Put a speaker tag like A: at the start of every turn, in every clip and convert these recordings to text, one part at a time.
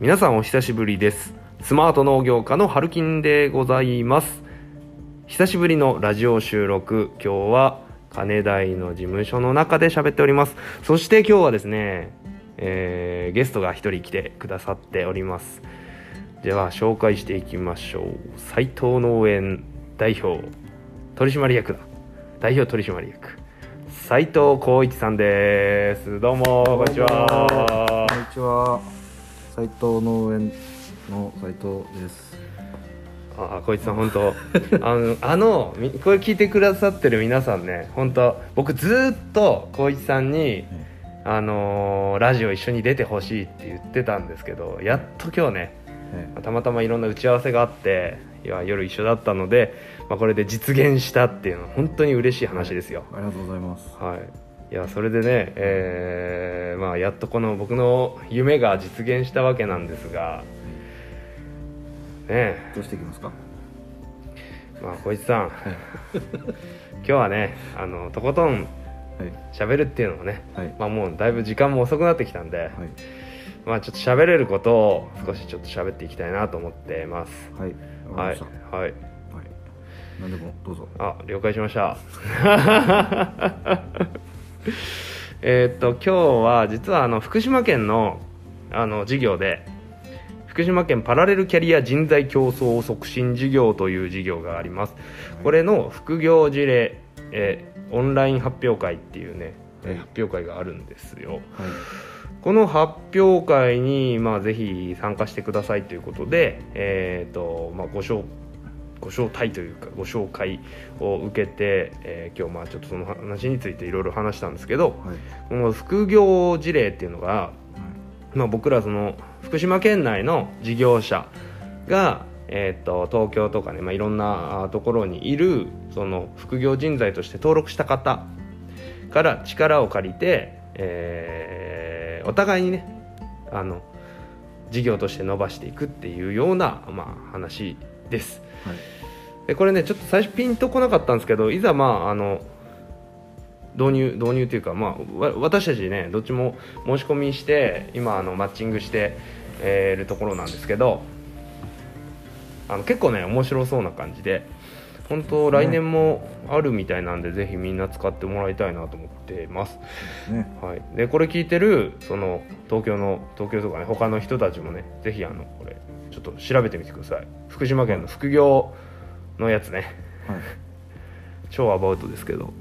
A: 皆さんお久しぶりですスマート農業家のハルキンでございます久しぶりのラジオ収録今日は金台の事務所の中で喋っておりますそして今日はですね、えーゲストが一人来てくださっておりますでは紹介していきましょう斉藤農園代表取締役だ代表取締役斉藤浩一さんですどうもこんにちは
B: こんにちは。斉藤農園の斉藤です。
A: あこいつさん本当 あのあのみこれ聞いてくださってる皆さんね本当僕ずーっと光一さんに、あのーラジオ一緒に出てほしいって言ってたんですけどやっと今日ね
B: え
A: たまたまいろんな打ち合わせがあっていや夜一緒だったので、まあ、これで実現したっていうのは本当に嬉しい話ですよ、
B: えありがとうございます。
A: はい、いやそれでね、えーまあ、やっとこの僕の夢が実現したわけなんですがねえ
B: どうしていきますか。
A: まあ、小一さん、今日はね、あのとことん
B: はい
A: 喋るっていうのもね、
B: はい
A: まあ、もうだいぶ時間も遅くなってきたんで、
B: はい
A: まあ、ちょっと喋れることを少しちょっと喋っていきたいなと思ってます。
B: はいわかり
A: は
B: ま
A: い
B: した。は、
A: はい、
B: い。何でもどうぞ。
A: あ、了解しました。 えーっと、今日は実はあの福島県のあの事業で。福島県パラレルキャリア人材競争促進事業という事業があります。これの副業事例、えーオンライン発表会っていうね、えー
B: はい
A: 発表会があるんですよ。
B: はい
A: この発表会に、まあ、ぜひ参加してくださいということで、えーとまあ、ご紹ご招待というかご紹介を受けて、えー今日まあちょっとその話についていろいろ話したんですけど
B: はい
A: この副業事例っていうのが、
B: はい
A: まあ、僕らその福島県内の事業者が、えー、と東京とかね、まあ、いろんなあところにいるその副業人材として登録した方から力を借りて、えーお互いにねあの事業として伸ばしていくっていうような、まあ、話です。
B: はい
A: でこれねちょっと最初ピンとこなかったんですけどいざまああの導入導入というか、まあ、わ私たちねどっちも申し込みして今あのマッチングしてえーいるところなんですけどあの結構ね面白そうな感じで本当来年もあるみたいなんで、ぜひみんな使ってもらいたいなと思ってます、
B: ね
A: はい、でこれ聞いてるその東京の東京とかね他の人たちもねぜひあのこれちょっと調べてみてください福島県の副業のやつね
B: はい。
A: 超アバウトですけど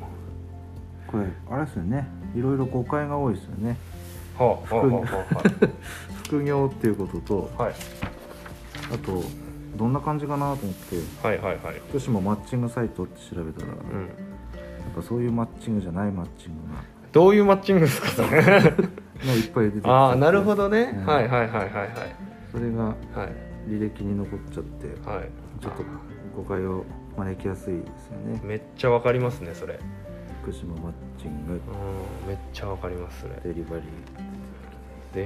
B: これあれですよね。いろいろ誤解が多いですよね。
A: はあはあは
B: 副業っていうことと
A: あはあはい
B: あとどんな感じかなと思って。
A: はいはいはい
B: 女子もマッチングサイトって調べたら、
A: う
B: や
A: ん
B: っぱそういうマッチングじゃないマッチングが
A: どういうマッチングですかそれ
B: がいっぱい出てきちゃって
A: ああなるほどね、
B: うん
A: はいはいはいはいはい
B: それが
A: はい
B: 履歴に残っちゃって
A: はい
B: ちょっと誤解を招きやすいですよね
A: めっちゃわかりますねそれ
B: 福島マッチング
A: うんめっちゃわかりますそれ
B: デリバリー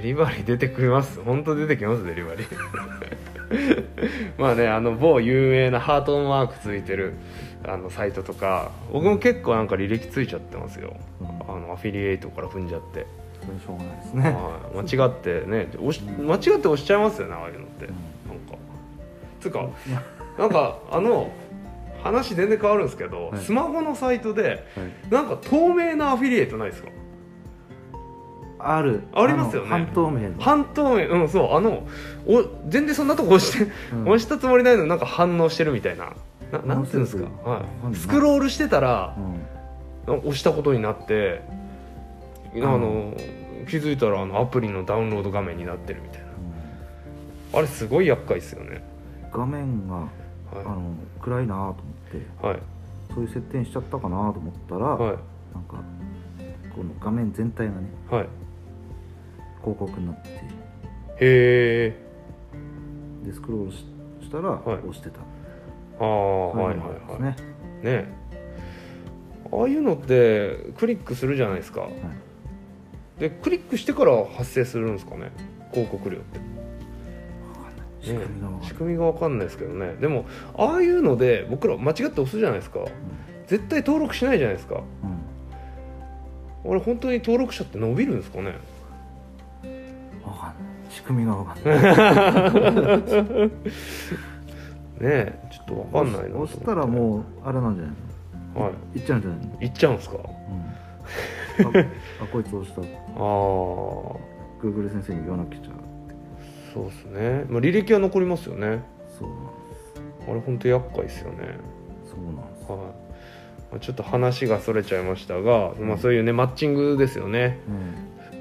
A: デリバリー出てきます本当出てきますデリバリー まあねあの某有名なハートマークついてるあのサイトとか僕も結構なんか履歴ついちゃってますよ、
B: うん
A: あのアフィリエイトから踏んじゃって、
B: それしょうがないですね
A: はい間違ってね押し間違って押しちゃいますよねああいうのって、
B: うん
A: なんかつうかなんかあの話全然変わるんですけど、
B: はい
A: スマホのサイトで
B: はい
A: なんか透明なアフィリエイトないですか
B: ある
A: ありますよね
B: あの半透明の
A: 半透明うんそうあのお全然そんなとこ押して、
B: うん
A: 押したつもりないのになんか反応してるみたいなななんていうんですか、
B: なんていうの
A: は
B: わかん
A: い、
B: ない
A: スクロールしてたら
B: う、ん
A: 押したことになってあ
B: ん
A: の、気づいたらあのアプリのダウンロード画面になってるみたいなあれすごい厄介ですよね
B: 画面があ
A: は
B: の暗いなと思って
A: いはい
B: そういう設定にしちゃったかなと思ったら、
A: は
B: なんかこの画面全体がね
A: いはい
B: 広告になって
A: へえ
B: でスクロールししたら、
A: はい
B: 押してた
A: ああはいはい
B: そううのがあ
A: はい
B: るん
A: ね
B: ですね
A: ああいうのってクリックするじゃないですか
B: はい
A: でクリックしてから発生するんですかね広告料って
B: 仕組みが分
A: ね
B: か
A: 仕
B: る、
A: 組みが分かんないですけどねでもああいうので僕ら間違って押すじゃないですか絶対登録しないじゃないですか
B: うんうん
A: 俺本当に登録者って伸びるんですかね
B: わかんない。仕仕組みが分かんない
A: えちょっとわかんないなと思って
B: そしたらもうあれなんじゃない
A: は
B: のいっちゃうんじゃないの
A: い行っちゃうんすか
B: うん ああこいつ押した
A: ああそ
B: Google 先生に言わなきゃじゃ
A: うですね、まあ、履歴は残りますよね
B: そうなん
A: あれ本当厄介ですよね
B: ですそうなんです
A: はいまあちょっと話がそれちゃいましたが、まあ、そういうねマッチングですよね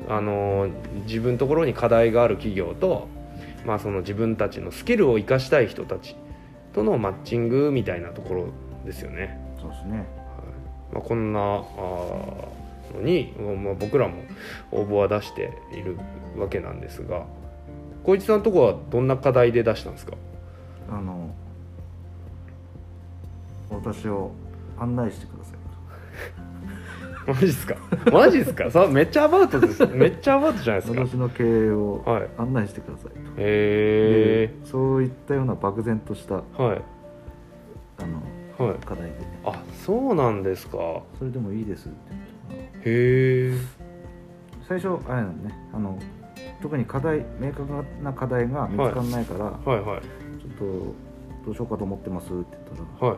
B: うん
A: あのー自分のところに課題がある企業と、まあ、その自分たちのスキルを生かしたい人たちとのマッチングみたいなところですよね、
B: そうですね
A: はいまあ、こんなあーのに、まあ、僕らも応募は出しているわけなんですが浩一さんのとこはどんな課題で出したんですか
B: あの私を案内してください
A: マジっすかマジっすかさめっちゃアバウトですめっちゃアバウトじゃないですか
B: 私の経営を
A: はい
B: 案内してくださいと、
A: へ
B: でそういったような漠然とした
A: えはい
B: あの
A: はい
B: 課題で
A: あそうなんですか
B: それでもいいですって言ったら
A: へえ
B: 最初あれなのねあの特に課題明確な課題が見つからないから、
A: はいはい
B: ちょっとどうしようかと思ってますって言ったら、
A: はい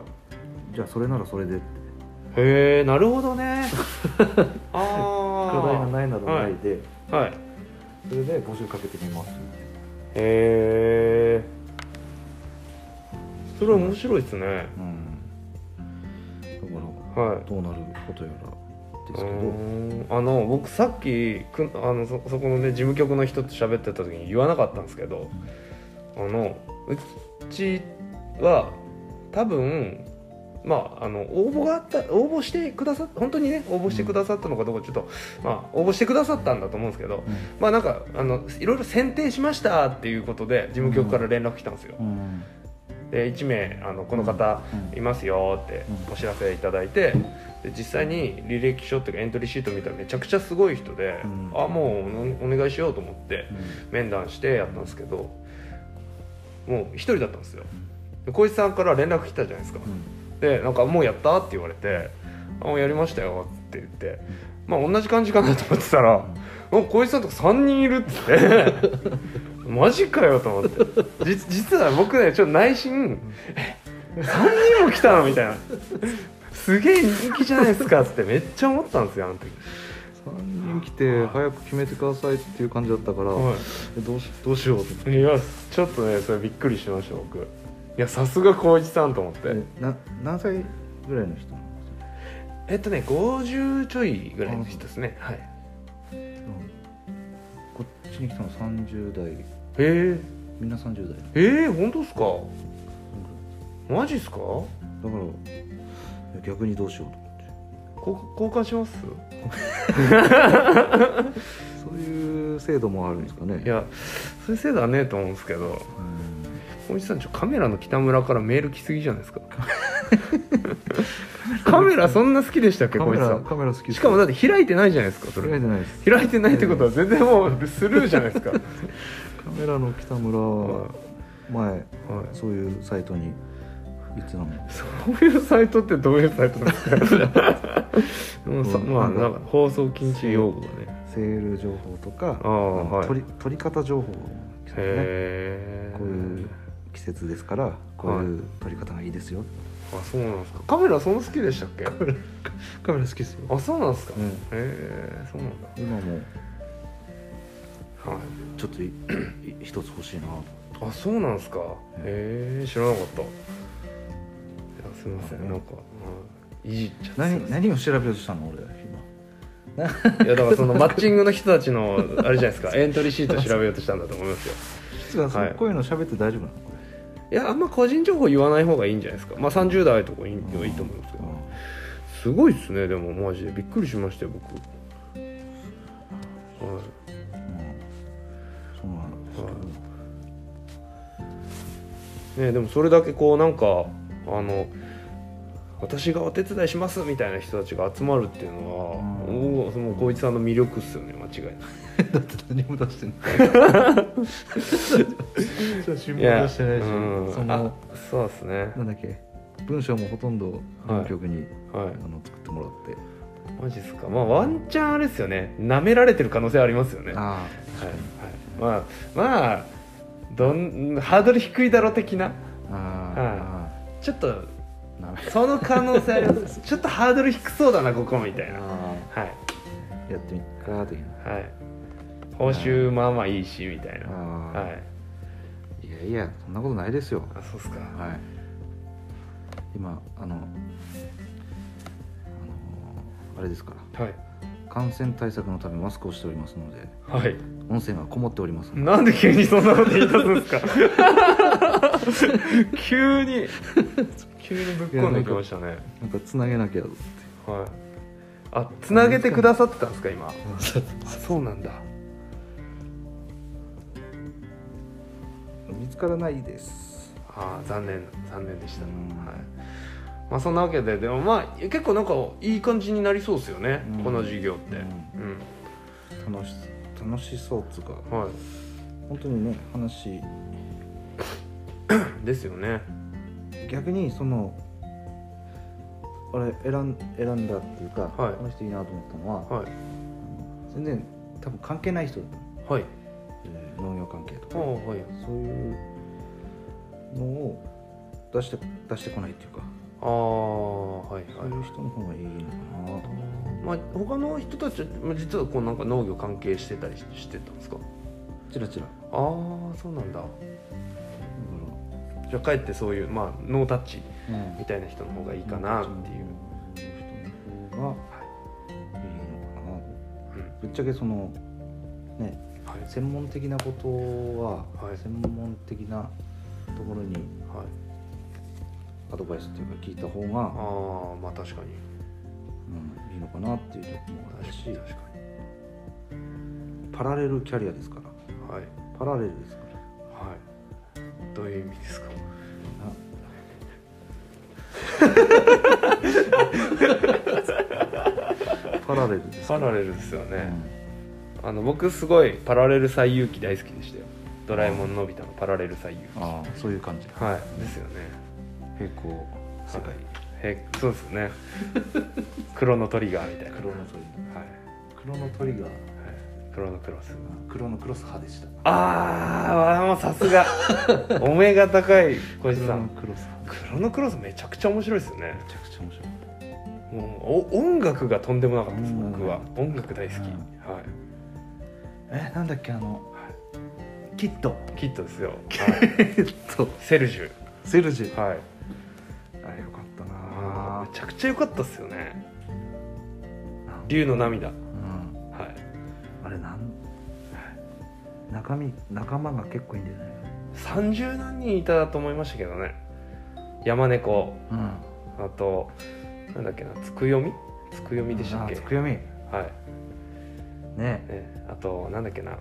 B: じゃあそれならそれでって
A: へえなるほど ねあ
B: 課
A: あ
B: 題がないならないで、
A: はいへ
B: それで募集かけてみます
A: えそれは面白いですね、
B: うんだから
A: はい
B: どうなることやらですけど、
A: うーんあの僕さっきくあのそそこのね事務局の人と喋ってた時に言わなかったんですけどあのうちは多分まああの応募があった応募してくださっ本当にね応募してくださったのかどうかちょっと、まあ、応募してくださったんだと思うんですけど、まあなんかあのいろいろ選定しましたっていうことで事務局から連絡来たんですよ。
B: うん
A: で1名あのこの方
B: うん
A: いますよって
B: うん
A: お知らせいただいてで実際に履歴書っていうかエントリーシート見たらめちゃくちゃすごい人で、
B: うん
A: あもうおお願いしようと思って面談してやったんですけどもう一人だったんですよで浩一さんから連絡来たじゃないですかでなんか「もうやった?」って言われて「あもうやりましたよ」って言ってまあ同じ感じかなと思ってたら「お浩一さんとこ3人いる」っつって 「マジかよ」と思ってじ 実は僕ねちょっと内心「え3人も来たの?」みたいな「すげえ人気じゃないですか」っつってめっちゃ思ったんですよあの時。
B: 3人来て早く決めてくださいっていう感じだったから、
A: は
B: えどうしどうしようと
A: い、いやちょっとねそれびっくりしました僕いやさすが浩一さんと思って、
B: 思ってな何歳ぐらいの人なの
A: えっとね50ちょいぐらいの人ですねはいへ
B: こっちに来たの30代
A: え
B: みんな30代
A: えー、本当ですかマジっすかこ
B: だから逆にどうしようと思っ
A: 交換します
B: てそういう制度もあるんですかね
A: いやそういうせいだねと思うんですけど
B: うん
A: おじさんちょカメラの北村からメール来すぎじゃない ですかカメラそんな好きでしたっけ
B: カ
A: こ
B: メ
A: いつさ
B: ラ
A: ん
B: カメラ好きです
A: しかもだって開いてないじゃないですかそ
B: 間違
A: れ
B: いじゃないです
A: 開いてないってことは全然もうスルーじゃないですか はい
B: カメラの北村は前そういうサイトにいつなの
A: そういうサイトってどういうサイトなんですかもうさ
B: うん
A: まあなんか放送禁止用語がね
B: セール情報とか
A: ああはい
B: 取り取り方情報ですね
A: へえ
B: こういう季節ですからこういう取り方がいいですよ
A: あそうなんですかカメラそんな好きでしたっけ
B: カメラ好きですよ
A: あそうなんですか、
B: うん
A: へえそうなんだ
B: 今も
A: はい
B: ちょっとい い一つ欲しいな
A: あそうなんですかへえ知らなかったいやすみません
B: あね
A: なんか、うんいじっちゃってすいま
B: 何
A: せん
B: 何を調べようとしたの俺今
A: いやだからそのマッチングの人たちのあれじゃないですかエントリーシート調べようとしたんだと思いますよ
B: つうかその
A: はい
B: こういうの喋って大丈夫なのこれ
A: いやあんま個人情報言わない方がいいんじゃないですかまあ30代とかいい,、いいと思いますけどすごいっすねでもマジでびっくりしましたよ僕はい
B: うんそうなんですけど
A: ね、でもそれだけこうなんかあの私がお手伝いしますみたいな人たちが集まるっていうのは、
B: うん
A: おおその光一さんの魅力っすよね間 違いな
B: だって何も出してない 写真
A: いい
B: も
A: や
B: 出してないし
A: うん
B: そ
A: あ
B: の
A: そうですね
B: なんだっけ文章もほとんど
A: はい
B: 文局に、
A: は
B: あの作ってもらって
A: いマジっすかまあワンチャンあれですよね舐められてる可能性ありますよねは
B: あ
A: い、はいまあまあどんハードル低いだろ的な
B: あ
A: ちょっと
B: ーなる
A: その可能性あります ちょっとハードル低そうだなここみたいなは
B: あ
A: い
B: ーやってみっか的な
A: はい報酬まあまあいいしみたいな
B: あー、
A: はい
B: い、やいやそんなことないですよ
A: あそうっすかは
B: はい今あのあのあれですから
A: い
B: 感染対策のためマスクをしておりますので
A: はい
B: 音声がこもっておりますので
A: なんで急にそんなこと言い出すんですか 急に急にぶっ込んできましたね
B: なんかつなげなきゃ
A: はいあつなげてくださってたんですか今あそうなんだ
B: 見つからないです
A: あー残念残念でした、
B: うん
A: はいまあ、そんなわけででもまあ結構なんかいい感じになりそうですよね、
B: うん
A: この授業って、
B: う
A: うん
B: 楽し楽しそうっつうか
A: は
B: 本当にね話
A: い、ですよね
B: 逆にそのあれ選ん選んだっていうか、
A: はい
B: この人いいなと思ったのは、
A: はい
B: 全然多分関係ない人だっ
A: はい
B: た、えー農業関係と
A: あ
B: か、
A: あはい
B: そういうのを出して出してこないっていうか、
A: ああはい
B: そ
A: は
B: う
A: い
B: いう人の方がいいのかなと
A: まあ、他の人たちはまあ実はこうなんか農業関係してたりししてたんですか
B: ちらちらだ
A: ああそうなんだ
B: か
A: じゃあかえってそういう、まあ、ノータッチ
B: ら、
A: みたいな人の方がいいかなっていう、
B: う人の方がいいのかなと
A: うん
B: ぶっちゃけそのね
A: はい
B: 専門的なことは、
A: はい
B: 専門的なところに
A: はい、
B: アドバイスっていうか聞いた方が、
A: ああまあ確かに
B: うん、いいのかなっていうところもあるし
A: 確か
B: パラレルキャリアですから
A: にはい
B: パラレルですから
A: はい。どういう意味ですか。
B: パラレルです
A: パ
B: から
A: ラレルですよね。あの僕すごいパラレル最遊記大好きでしたよ。ドラえもんのび太のパラレル最遊記。
B: うんああそういう感じ
A: はい。ですよね。
B: 平行世界、
A: はいへそうですよね。黒のトリガーみたいな。
B: 黒のトリガー
A: はい。
B: 黒のトリガー
A: はい黒のクロス。
B: 黒のクロス派でした
A: ああ、もうさすが。 お目が高い小石さ
B: 黒の
A: ん。
B: クロス派
A: 黒のクロスめちゃくちゃ面白いですよね。
B: めちゃくちゃ面白い
A: もうお音楽がとんでもなかったです。僕は音楽大好き。
B: うん
A: はい。
B: えなんだっけあのキッド
A: キットですよ。
B: キッド
A: セルジュ。
B: セルジュ
A: はい。
B: あれよかった
A: あ
B: な
A: ーめちゃくちゃ良かったっすよね。
B: なん
A: 竜の涙。は
B: うん
A: い。
B: あれなん中身仲間が結構いいんじゃない
A: 三十何人いたと思いましたけどね。山猫。
B: うん
A: あと。なんだっけな、つくよみ。つくよみでしたっけ。
B: あつくよみ
A: はい。
B: ね
A: ね、あと、なんだっけな。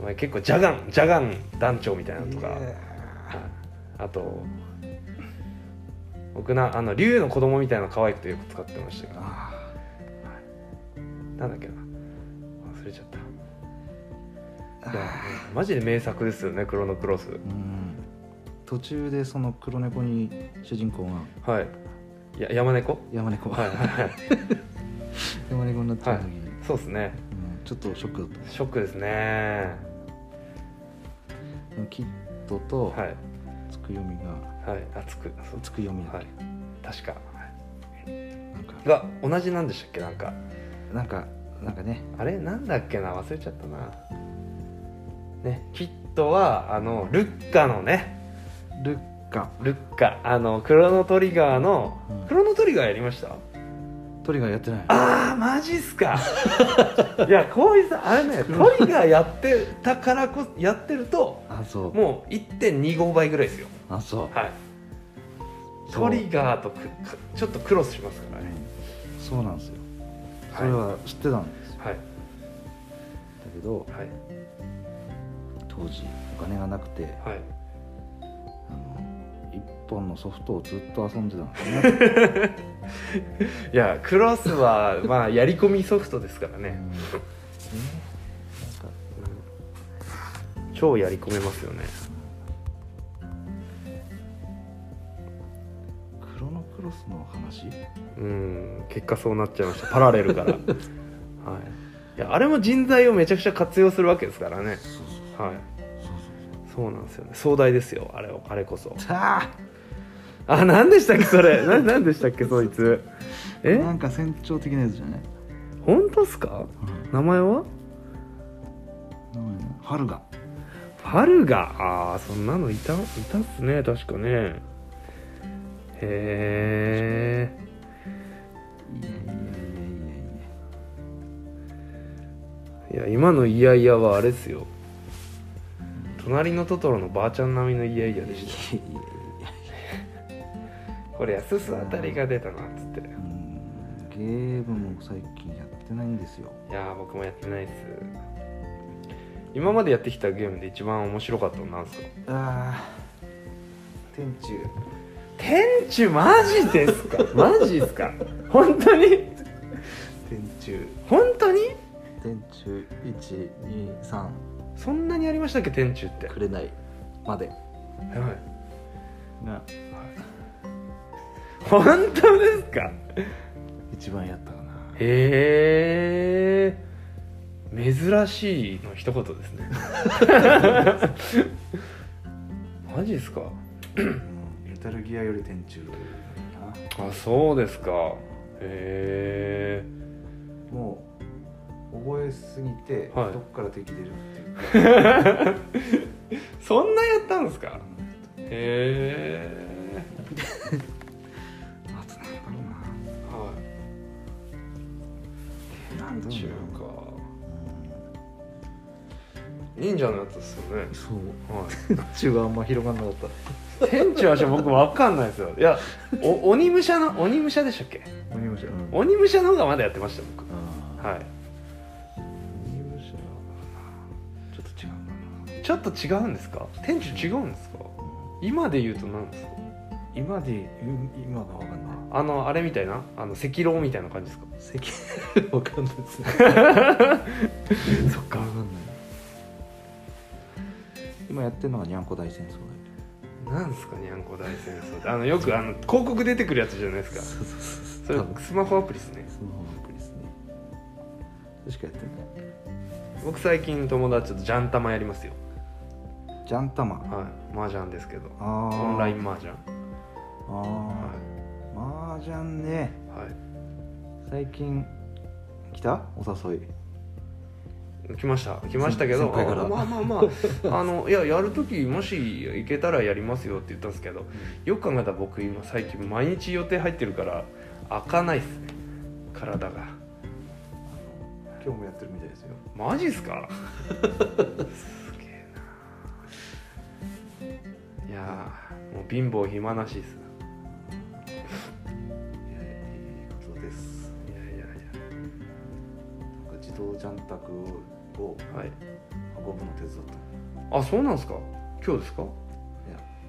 A: お前結構ジャガン、ジャガン団長みたいなのとか。はいあと。僕な、あの竜の子供みたいなの可愛くてよく使ってましたけど。
B: あ
A: なんだっけな忘れちゃった
B: あ
A: いやマジで名作ですよね「クロノクロス
B: うん途中でその黒猫に主人公が」
A: はいや山猫
B: 山猫、
A: はいはいはい
B: 山猫になっちゃう時に、
A: そうですね
B: うんちょっとショックだっ
A: ショックですね
B: たキッドと
A: はい
B: つくよみが
A: はいあつくそう
B: つくよみだっけ、
A: はい確か
B: なんか
A: が同じなんでしたっけなんか
B: なんかなんかね
A: あれなんだっけな忘れちゃったなねキットはあのルッカのね
B: ルッカ
A: ルッカあのクロノトリガーの
B: うん
A: クロノトリガーやりました
B: トリガーやってない
A: あーマジっす かいやこういうさあれねトリガーやってたからこやってると
B: あそう
A: もう1.25倍ぐらいですよ
B: あそう
A: はい
B: そ
A: ト
B: う
A: リガーとくくちょっとクロスしますからね
B: そうなんですよそ
A: はい
B: れは知ってたんですよ、
A: はい
B: だけど
A: はい
B: 当時お金がなくて
A: はい
B: あの一本のソフトをずっと遊んでた んですね
A: いやクロス はまあやり込みソフトですから
B: うんえ
A: ね
B: なんか
A: 超やり込めますよね
B: クロノクロスの話
A: うん結果そうなっちゃいましたパラレルからはいいやあれも人材をめちゃくちゃ活用するわけですからね
B: そうそう
A: はい
B: そう
A: そうなんですよね壮大ですよあれをあれこそ
B: そうあ
A: あ何でしたっけそれな何でしたっけそいつ
B: ー
A: え
B: なんか船長的なやつじゃない
A: 本当っすか名前は
B: 名前ね春が
A: ファルガああそんなのいたいたっすね確かねへえ
B: いやいやいや
A: いや
B: いやいや
A: 今のイヤイヤはあれですよ隣のトトロのばあちゃん並みのイヤイヤでし
B: いやいやいや
A: たこれ安すあたりが出たなっつって
B: うーんゲームも最近やってないんですよ
A: いやー僕もやってないっす今までやってきたゲームで一番面白かったのなんすか
B: あー天中
A: 天柱マジですか マジですか本当に
B: 天中
A: 本当に
B: 天中123
A: そんなにありましたっけ天柱って
B: くれないまで
A: はい
B: が
A: 本当ですか
B: 一番やったかな
A: へえ珍しいの一言です ねマジですか
B: うんメタルギアより天中
A: あそうですかへ
B: もう覚えすぎて、
A: はい
B: どっから敵出るっていう
A: えそんなやったんですかへえ
B: あとなんだ
A: はい中
B: ろうな天
A: か忍者のやつですよね
B: そう
A: はい
B: 天中はあんま広がんなかった
A: 天柱はじゃあ僕分かんないですよいやお鬼武者の鬼武者でしたっけ
B: 鬼武者うん
A: 鬼武者の方がまだやってました僕
B: あ
A: はい
B: ー鬼武者はちょっと違うか
A: ちょっと違うんですか天柱違うんですか
B: な
A: 今で言うと何ですか
B: 今でうん今が分かんない
A: あのあれみたいなあの赤狼みたいな感じです か
B: 席わかんないですねそっかわかんない今やってるのがにゃんこ大戦争だよ
A: なんですかにゃんこ大戦争ってあのよくあの広告出てくるやつじゃないですか
B: うそうそう
A: それスマホアプリですね
B: スマホアプリですねそれしかやってない
A: 僕最近友達とジャンタマやりますよ
B: ジャンタマ
A: はい麻雀ですけど
B: あ
A: オ
B: ー
A: ンライン麻雀
B: あ
A: は
B: ー麻雀ね
A: い、は
B: 最近来たお誘い
A: い、来ました来ましたけど
B: 先輩から
A: あまあまあま ああのいややる時もし行けたらやりますよって言ったんですけどよく考えたら僕今最近毎日予定入ってるから開かないっすね体が
B: 今日もやってるみたいですよ
A: マジっすかすげえないやーもう貧乏暇なしっす
B: いいことです
A: いやいやい
B: なんか自動ジャンタクを
A: やはい
B: 運ぶの手伝った
A: あそうなんすか今日ですか
B: いや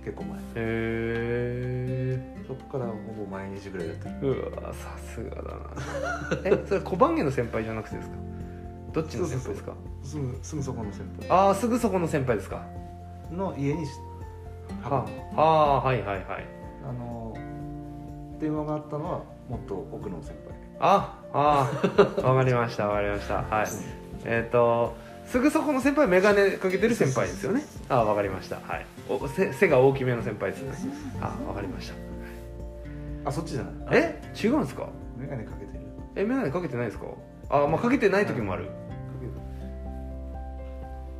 B: 結構前
A: へえ
B: そこからほぼ毎日ぐらいやってる
A: うわさすが だなえそれ小判家の先輩じゃなくてですかどっちの先輩ですか
B: すぐすぐそこの先
A: ああすぐそこの先輩ですか
B: 輩の家にし
A: はあーはいはいはい
B: あの電話があったのはもっと奥の先輩
A: ああ ーわかりましたわかりましたはいえっ、とすぐそこの先輩メガネかけてる先輩ですよねあわかりましたはいおせ背が大きめの先輩ですよねあわかりました
B: あそっちじゃない
A: え違うんですか
B: 眼鏡かけてる
A: えメガネかけてないですかあまあかけてない時もある
B: かけ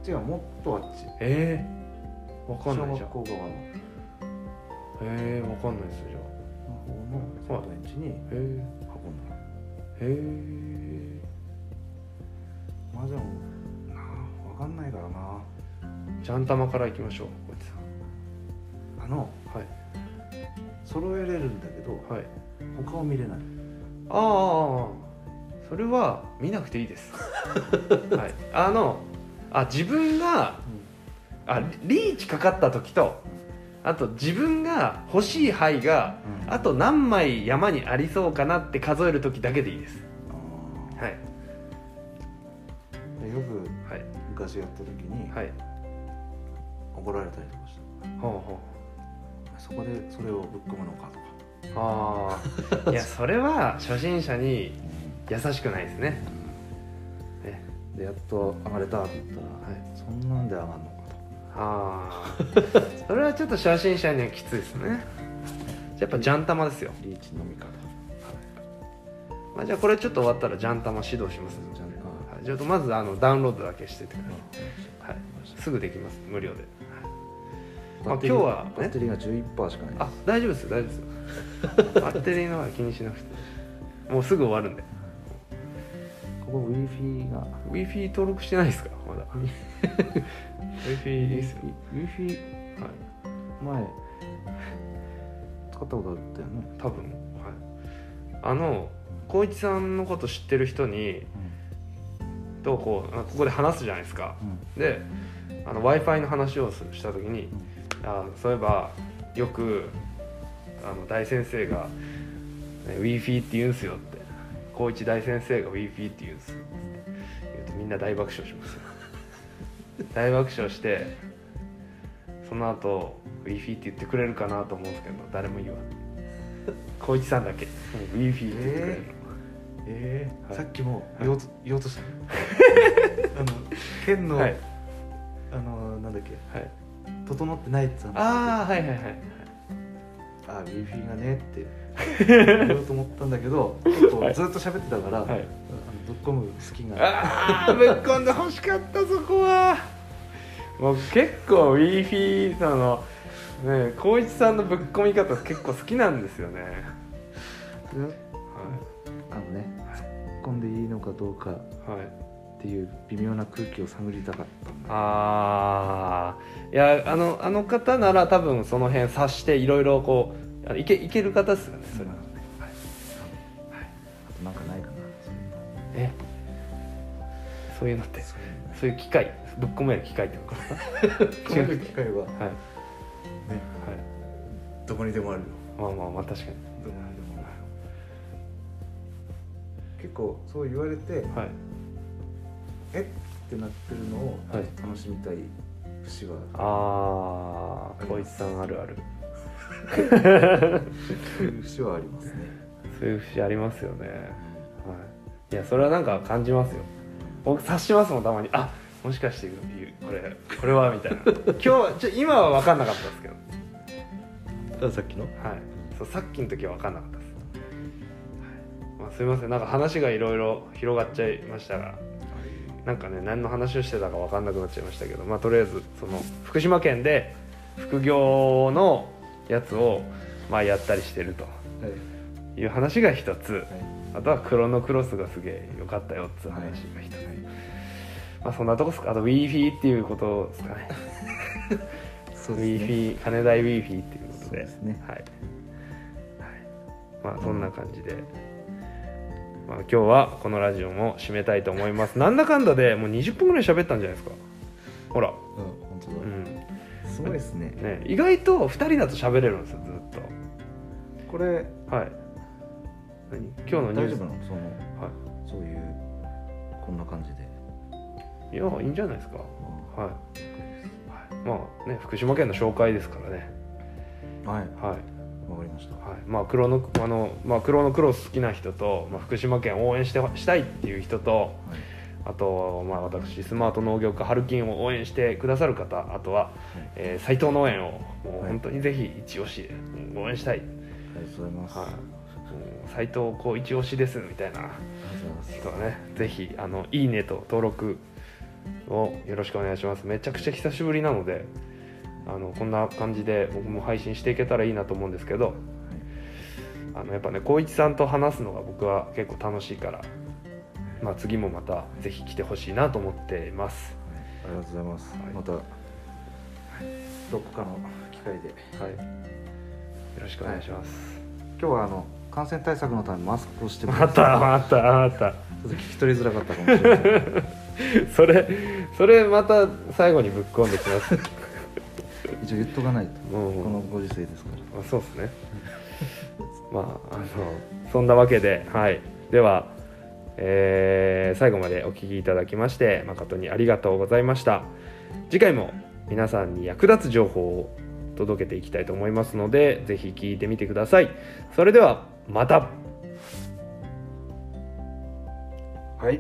B: てる違うもっとあっち
A: えー、わかん
B: 小
A: ないじゃ
B: 学
A: ん
B: 校側の
A: えー、わかんないですじゃあ
B: 方の先輩んちに
A: へえ
B: 運んだ
A: へえ
B: まあでもなあ分かんないからな
A: ジャンタマからいきましょうこいつ
B: あの
A: さんはい
B: 揃えれるんだけど
A: はい
B: 他を見れない
A: ああああそれは見なくていい ですはいあのあ自分があリーチかかった時とあと自分が欲しい牌が
B: うん
A: あと何枚山にありそうかなって数える時だけでいいです
B: あ
A: はい
B: ーでよく
A: はい
B: 昔やった時に
A: はい
B: 怒られたりとかして
A: ほうほう
B: そこでそれをぶっ込むのかとか、
A: あ あいやそれは初心者に優しくないですねね
B: でやっと上がれたと思ったら、そんなんで上がるのかと
A: ああそれはちょっと初心者にはきついですねやっぱジャン玉ですよ、
B: リーチのみ方
A: まあ、じゃあこれちょっと終わったらジャン玉指導します
B: ジャン玉
A: はい、ちょっとまずあのダウンロードだけしててください、はい、すぐできます無料で、まあ
B: バッテリー
A: 今日はね
B: バッテリーが11%しかない
A: あ大丈夫ですよ大丈夫ですよバッテリーのは気にしなくてもうすぐ終わるんで
B: ここ Wi-Fi が
A: w i f i 登録してないですかまだ w i f i ですよ、
B: Wi-Fi
A: はい、
B: 前使ったことあったよね、
A: 多分、はい、あの光一さんのこと知ってる人にとこうあここで話すじゃないですか
B: うん
A: で w i f i の話をするした時にあそういえばよくあの大先生が、ね、w i f i って言うんすよって高一大先生が w i f i って言うんすよって言うとみんな大爆笑しますよ 大爆笑してその後 w i f i って言ってくれるかなと思うんですけど誰も言わん高一さんだけ w i f i って言ってくれるの、
B: ええ
A: はい
C: さっきも言おうと,、言おう としたあの県の、
A: はい
C: あのなんだっけ
A: はい、
C: 整ってないって言ったの
A: ああはいはいはい
C: あ Wi-Fi がねって言おうと思ったんだけどちょっとずっと喋ってたから、
A: はい
C: あのぶっ込む隙が
A: ああぶっ込んで欲しかったそこはもう結構 w i f i そのね光一さんのぶっ込み方結構好きなんですよね、はい
B: あのね突っ込んでいいのかどうかっ
A: はい、
B: ていう微妙な空気を探りたかったんだ
A: ああいやあのあの方なら多分その辺察していろいろこうあのいけいける方ですよねそれはね、はい
B: あとなんかないかな
A: えそういうのってそういう機械ぶっ込める機械ってこと
C: 違う機会は
A: はい、
C: ね
A: はい
C: どこにでもあるよ
A: まあまあまあ確か
C: どこにでもある結構そう言われて
A: にはい
C: えってなってるのを
A: はい
C: 楽しみたい節は
A: ああ光一さんあるある
C: そういう節はありますね
A: そういう節ありますよね、はい、いやそれはなんか感じますよ僕察しますもんたまにあもしかしてこれこれはみたいな今日はちょ今は分かんなかったですけど、
B: あさっきの
A: はい、そうさっきの時は分かんなかったです、はいまあ、すいませんなんか話がいろいろ広がっちゃいましたがなんかね何の話をしてたか分かんなくなっちゃいましたけどまあとりあえずその福島県で副業のやつをまあやったりしてると
C: はい
A: いう話が一つ、
C: はい
A: あとはクロノクロスがすげえ良かったよっつう話が一つ、まあそんなとこっすかあと w i f i っていうことですかね w i f
B: そうですね
A: i 金台 w i f i っていうこと
B: そう
A: で
B: ですね
A: はい、はい、まあそんな感じで、まあ、今日はこのラジオも締めたいと思いますなんだかんだでもう20分ぐらい喋ったんじゃないですかほら、
B: うん本当
A: うん
B: だすごいですね
A: ね、意外と2人だと喋れるんですよずっ
C: これ
A: とはい何今日のニュ
B: 大
A: ー
B: 丈
A: ス
B: 夫なのその
A: は
B: そういうこんな感じで
A: いいやいいんじゃないですか
B: あ
A: はい、はい、まあね福島県の紹介ですからね
B: はい
A: はい
B: わかりました
A: はいまあ黒のあの、まあ、黒のクロス好きな人と、まあ、福島県を応援してしたいっていう人と
B: はい
A: あと、まあ、私スマート農業家ハルキンを応援してくださる方あとは、えー、斉藤農園をもう
B: はい
A: 本当にぜひ一押しでうん応援したい、
B: ありがとうございます
A: は
B: あ
A: い斉藤こう一押しですみたいな
B: りがとうございます
A: 人はねぜひあのいいねと登録をよろしくお願いしますめちゃくちゃ久しぶりなのであのこんな感じで僕も配信していけたらいいなと思うんですけどあのやっぱね光一さんと話すのが僕は結構楽しいから、まあ、次もまたぜひ来てほしいなと思っています、
B: ありがとうございます。
A: はい
B: また、どこかの機会で、
A: はい、よろしくお願いします、
B: 今日はあの感染対策のためマスクをして
A: また
B: ち
A: またまた
B: ょっと聞き取りづらかったかもしれない。
A: それそれまた最後にぶっ込んできます
B: 一応言っとかないと、
A: もう
B: このご時世ですから。
A: まあ、そうですね。 まあ、あの、そんなわけで、はい、では。えー最後までお聞きいただきまして、誠にありがとうございました。次回も皆さんに役立つ情報を届けていきたいと思いますので、ぜひ聞いてみてください。それでは、また。
B: はい。